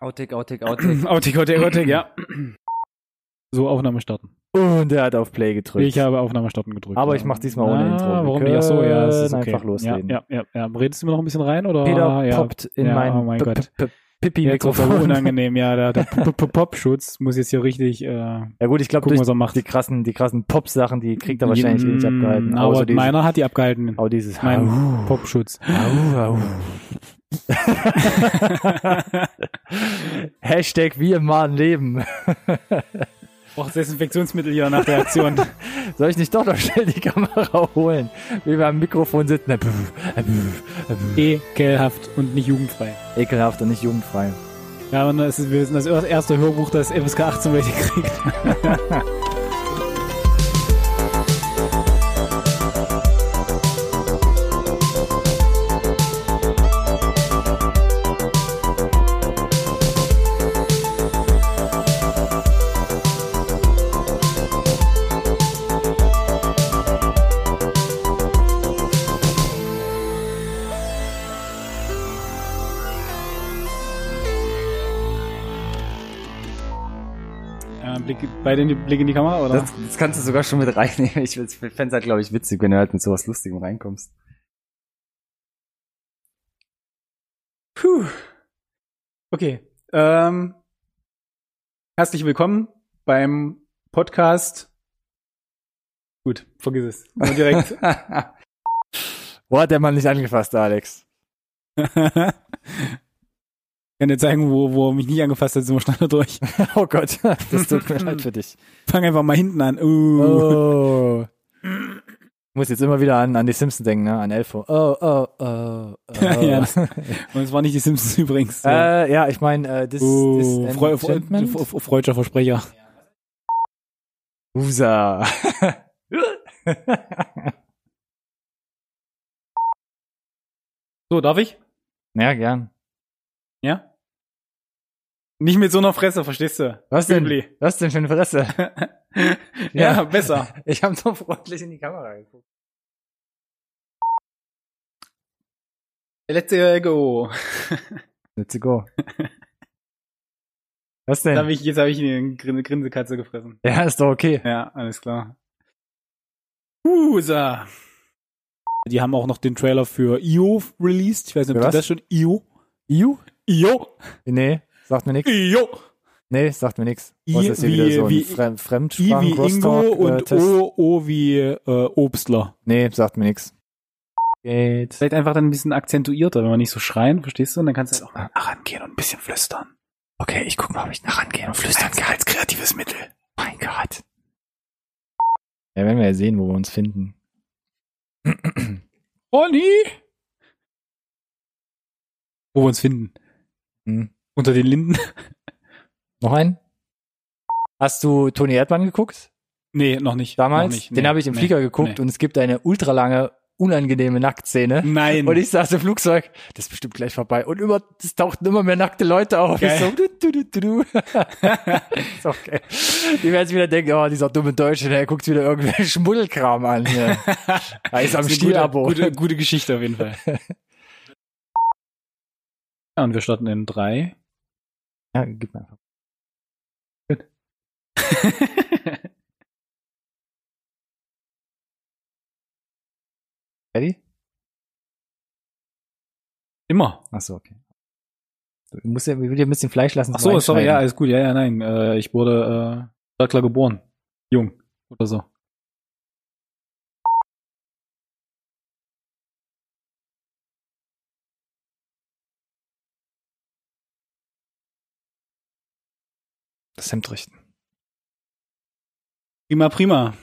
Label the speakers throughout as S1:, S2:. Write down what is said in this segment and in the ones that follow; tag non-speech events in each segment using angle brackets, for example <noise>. S1: Outtake, Outtake, Outtake.
S2: <laughs> Outtake, <clears throat> Outtake, Outtake, ja. So, Aufnahme starten.
S3: Und er hat auf Play gedrückt.
S2: Ich habe Aufnahme starten gedrückt.
S3: Aber ich mach's diesmal ohne
S2: ah,
S3: Intro. Wir
S2: Warum nicht? Ach so, ja, es ist
S3: können
S2: okay.
S3: einfach losreden.
S2: Ja, ja, ja, ja. Redest du mir noch ein bisschen rein oder?
S3: Peter
S2: Ah, ja.
S3: poppt in
S2: Ja,
S3: mein,
S2: oh mein
S3: P-
S2: Gott.
S3: P- P-
S2: Jetzt ist aber
S3: Pipi-Mikrofon.
S2: unangenehm, ja. Der, der P- P- Popschutz muss jetzt hier richtig
S3: <laughs>
S2: äh,
S3: Ja gut, ich glaube,
S2: gucken,
S3: durch
S2: was er macht.
S3: die krassen, die krassen Pop-Sachen, die kriegt er wahrscheinlich eh nicht abgehalten.
S2: Mm, Aber
S3: Außer dieses,
S2: meiner hat die abgehalten.
S3: Auch dieses
S2: Mein
S3: Au,
S2: Popschutz.
S3: au, au. <laughs> Hashtag wir im wahren Leben.
S2: Braucht Desinfektionsmittel hier nach der
S3: <laughs>
S2: Aktion.
S3: Soll ich nicht doch noch schnell die Kamera holen? Wie wir am Mikrofon sitzen.
S2: Ekelhaft und nicht jugendfrei.
S3: Ekelhaft und nicht jugendfrei.
S2: Ja, und es ist, wir sind das erste Hörbuch, das FSK 18 rating kriegt. Äh, Blick, beide in die, Blick in die Kamera, oder?
S1: Das, das kannst du sogar schon mit reinnehmen. Ich fände es halt, glaube ich, witzig, wenn du halt mit sowas Lustigem reinkommst.
S2: Puh. Okay. Ähm, herzlich willkommen beim Podcast. Gut, vergiss es. Nur <laughs> direkt.
S3: Wo hat der Mann nicht angefasst, Alex? <laughs>
S2: kann dir zeigen, wo, wo er mich nicht angefasst hat, sind wir schneller durch.
S3: Oh Gott, das
S1: <laughs>
S3: tut mir leid für dich.
S2: Fang einfach mal hinten an. Uh.
S3: Oh. Muss jetzt immer wieder an, an die Simpsons denken, ne? An Elfo. Oh, oh,
S1: <laughs>
S3: oh, oh.
S2: ja, das, und es waren nicht die Simpsons
S3: <laughs>
S2: übrigens.
S3: äh, ja, ich meine, äh, this,
S2: uh,
S3: this
S2: Freu, Freu,
S3: Enchantment?
S2: Freu, freudscher Versprecher.
S3: Usa.
S2: So, darf ich?
S3: ja, gern.
S2: Ja? Nicht mit so einer Fresse, verstehst du? <laughs>
S3: Was denn?
S2: Übli.
S3: Was denn für eine Fresse?
S2: Ja, besser.
S3: Ich habe so freundlich in die Kamera geguckt.
S2: Let's äh, go.
S3: Let's
S1: <laughs>
S3: go. Was denn?
S2: Jetzt habe ich, jetzt hab ich eine Grin Grinsekatze gefressen.
S3: ja, ist doch okay.
S2: Ja, alles klar. Husa. Die haben auch noch den Trailer für Io released. Ich weiß nicht, ob
S3: Für was?
S2: du das schon Io.
S3: Iu?
S2: Io.
S3: Nee, sagt mir nix.
S2: Io.
S3: Nee, sagt mir nix.
S2: I
S3: Was ist hier
S2: wie-
S3: wieder so ein
S2: wie-
S3: Frem
S2: I
S3: Fremdsprachen
S2: wie Ingo
S3: Crosstalk, äh,
S2: und
S3: Test?
S2: O, o wie äh, Obstler.
S3: Nee, sagt mir nix. Geht.
S2: Vielleicht halt einfach dann ein bisschen akzentuierter, wenn man nicht so schreien, verstehst du? Und dann kannst du halt auch mal rangehen und ein bisschen flüstern.
S1: Okay, ich gucke mal, ob ich nach rangehe und flüstern kann.
S2: Als kreatives Mittel.
S1: Mein Gott.
S3: Ja, werden wir ja sehen, wo wir uns finden.
S2: Ronny! Wo wir uns finden.
S3: Hm.
S2: Unter den Linden?
S3: Noch einen? Hast du Toni Erdmann geguckt?
S2: <laughs> Nee, noch nicht.
S3: Damals?
S2: Noch nicht.
S3: Den
S2: Nee,
S3: habe ich im
S2: nee,
S3: Flieger geguckt
S2: nee.
S3: und es gibt eine ultralange, unangenehme Nacktszene.
S2: Nein. <laughs>
S3: Und ich saß im Flugzeug, das ist bestimmt gleich vorbei. Und immer, es tauchten immer mehr nackte Leute auf.
S2: Geil.
S3: Ich so, du, du, du, du, du.
S2: <laughs>
S3: ist okay. Die werden sich wieder denken, oh, dieser dumme Deutsche, der guckt wieder irgendwelchen Schmuddelkram an
S2: <laughs>
S3: hier. Er ist am
S2: Das ist eine
S3: Stielabo.
S2: <laughs> Gute, gute, gute Geschichte auf jeden Fall. ja, und wir starten in drei.
S3: Ja, gib mir einfach. <laughs> Ready?
S2: Immer.
S3: Ach so, okay. Du musst ja, wir will dir ein bisschen Fleisch lassen.
S2: Ach
S3: zum
S2: so, sorry, ja,
S3: Einschneiden.
S2: alles gut. Ja, ja, nein. Äh, ich wurde äh, Stadler geboren. Jung. Oder so.
S3: Das Hemd <laughs> richten.
S2: Prima, prima.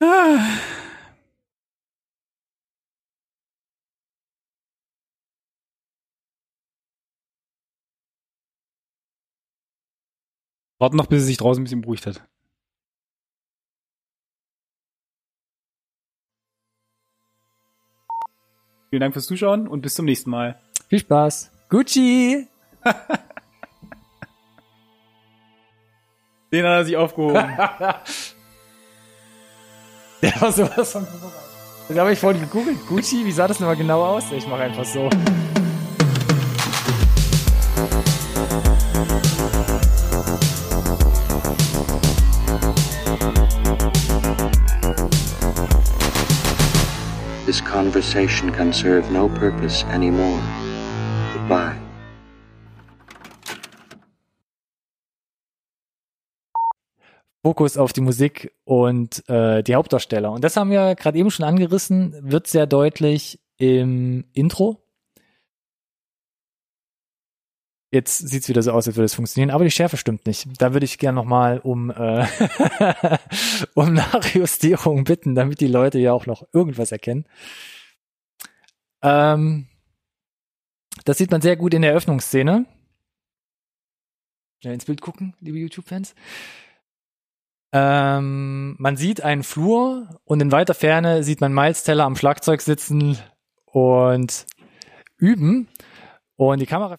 S2: Ah. Warten noch, bis es sich draußen ein bisschen beruhigt hat. Vielen Dank fürs Zuschauen und bis zum nächsten Mal.
S3: Viel Spaß. Gucci!
S2: Den hat er sich aufgehoben.
S3: Der war sowas von vorbereitet. Das habe ich vorhin gegoogelt. Gucci, wie sah das nochmal genau aus? Ich mache einfach so.
S4: This conversation can serve no purpose anymore. Goodbye.
S3: Fokus auf die Musik und äh, die Hauptdarsteller. Und das haben wir gerade eben schon angerissen, wird sehr deutlich im Intro. Jetzt sieht es wieder so aus, als würde es funktionieren, aber die Schärfe stimmt nicht. Da würde ich gerne nochmal um, äh, <laughs> um Nachjustierung bitten, damit die Leute ja auch noch irgendwas erkennen. Ähm, das sieht man sehr gut in der Eröffnungsszene. Schnell ins Bild gucken, liebe YouTube-Fans. Ähm, man sieht einen Flur und in weiter Ferne sieht man Miles Teller am Schlagzeug sitzen und üben. Und die Kamera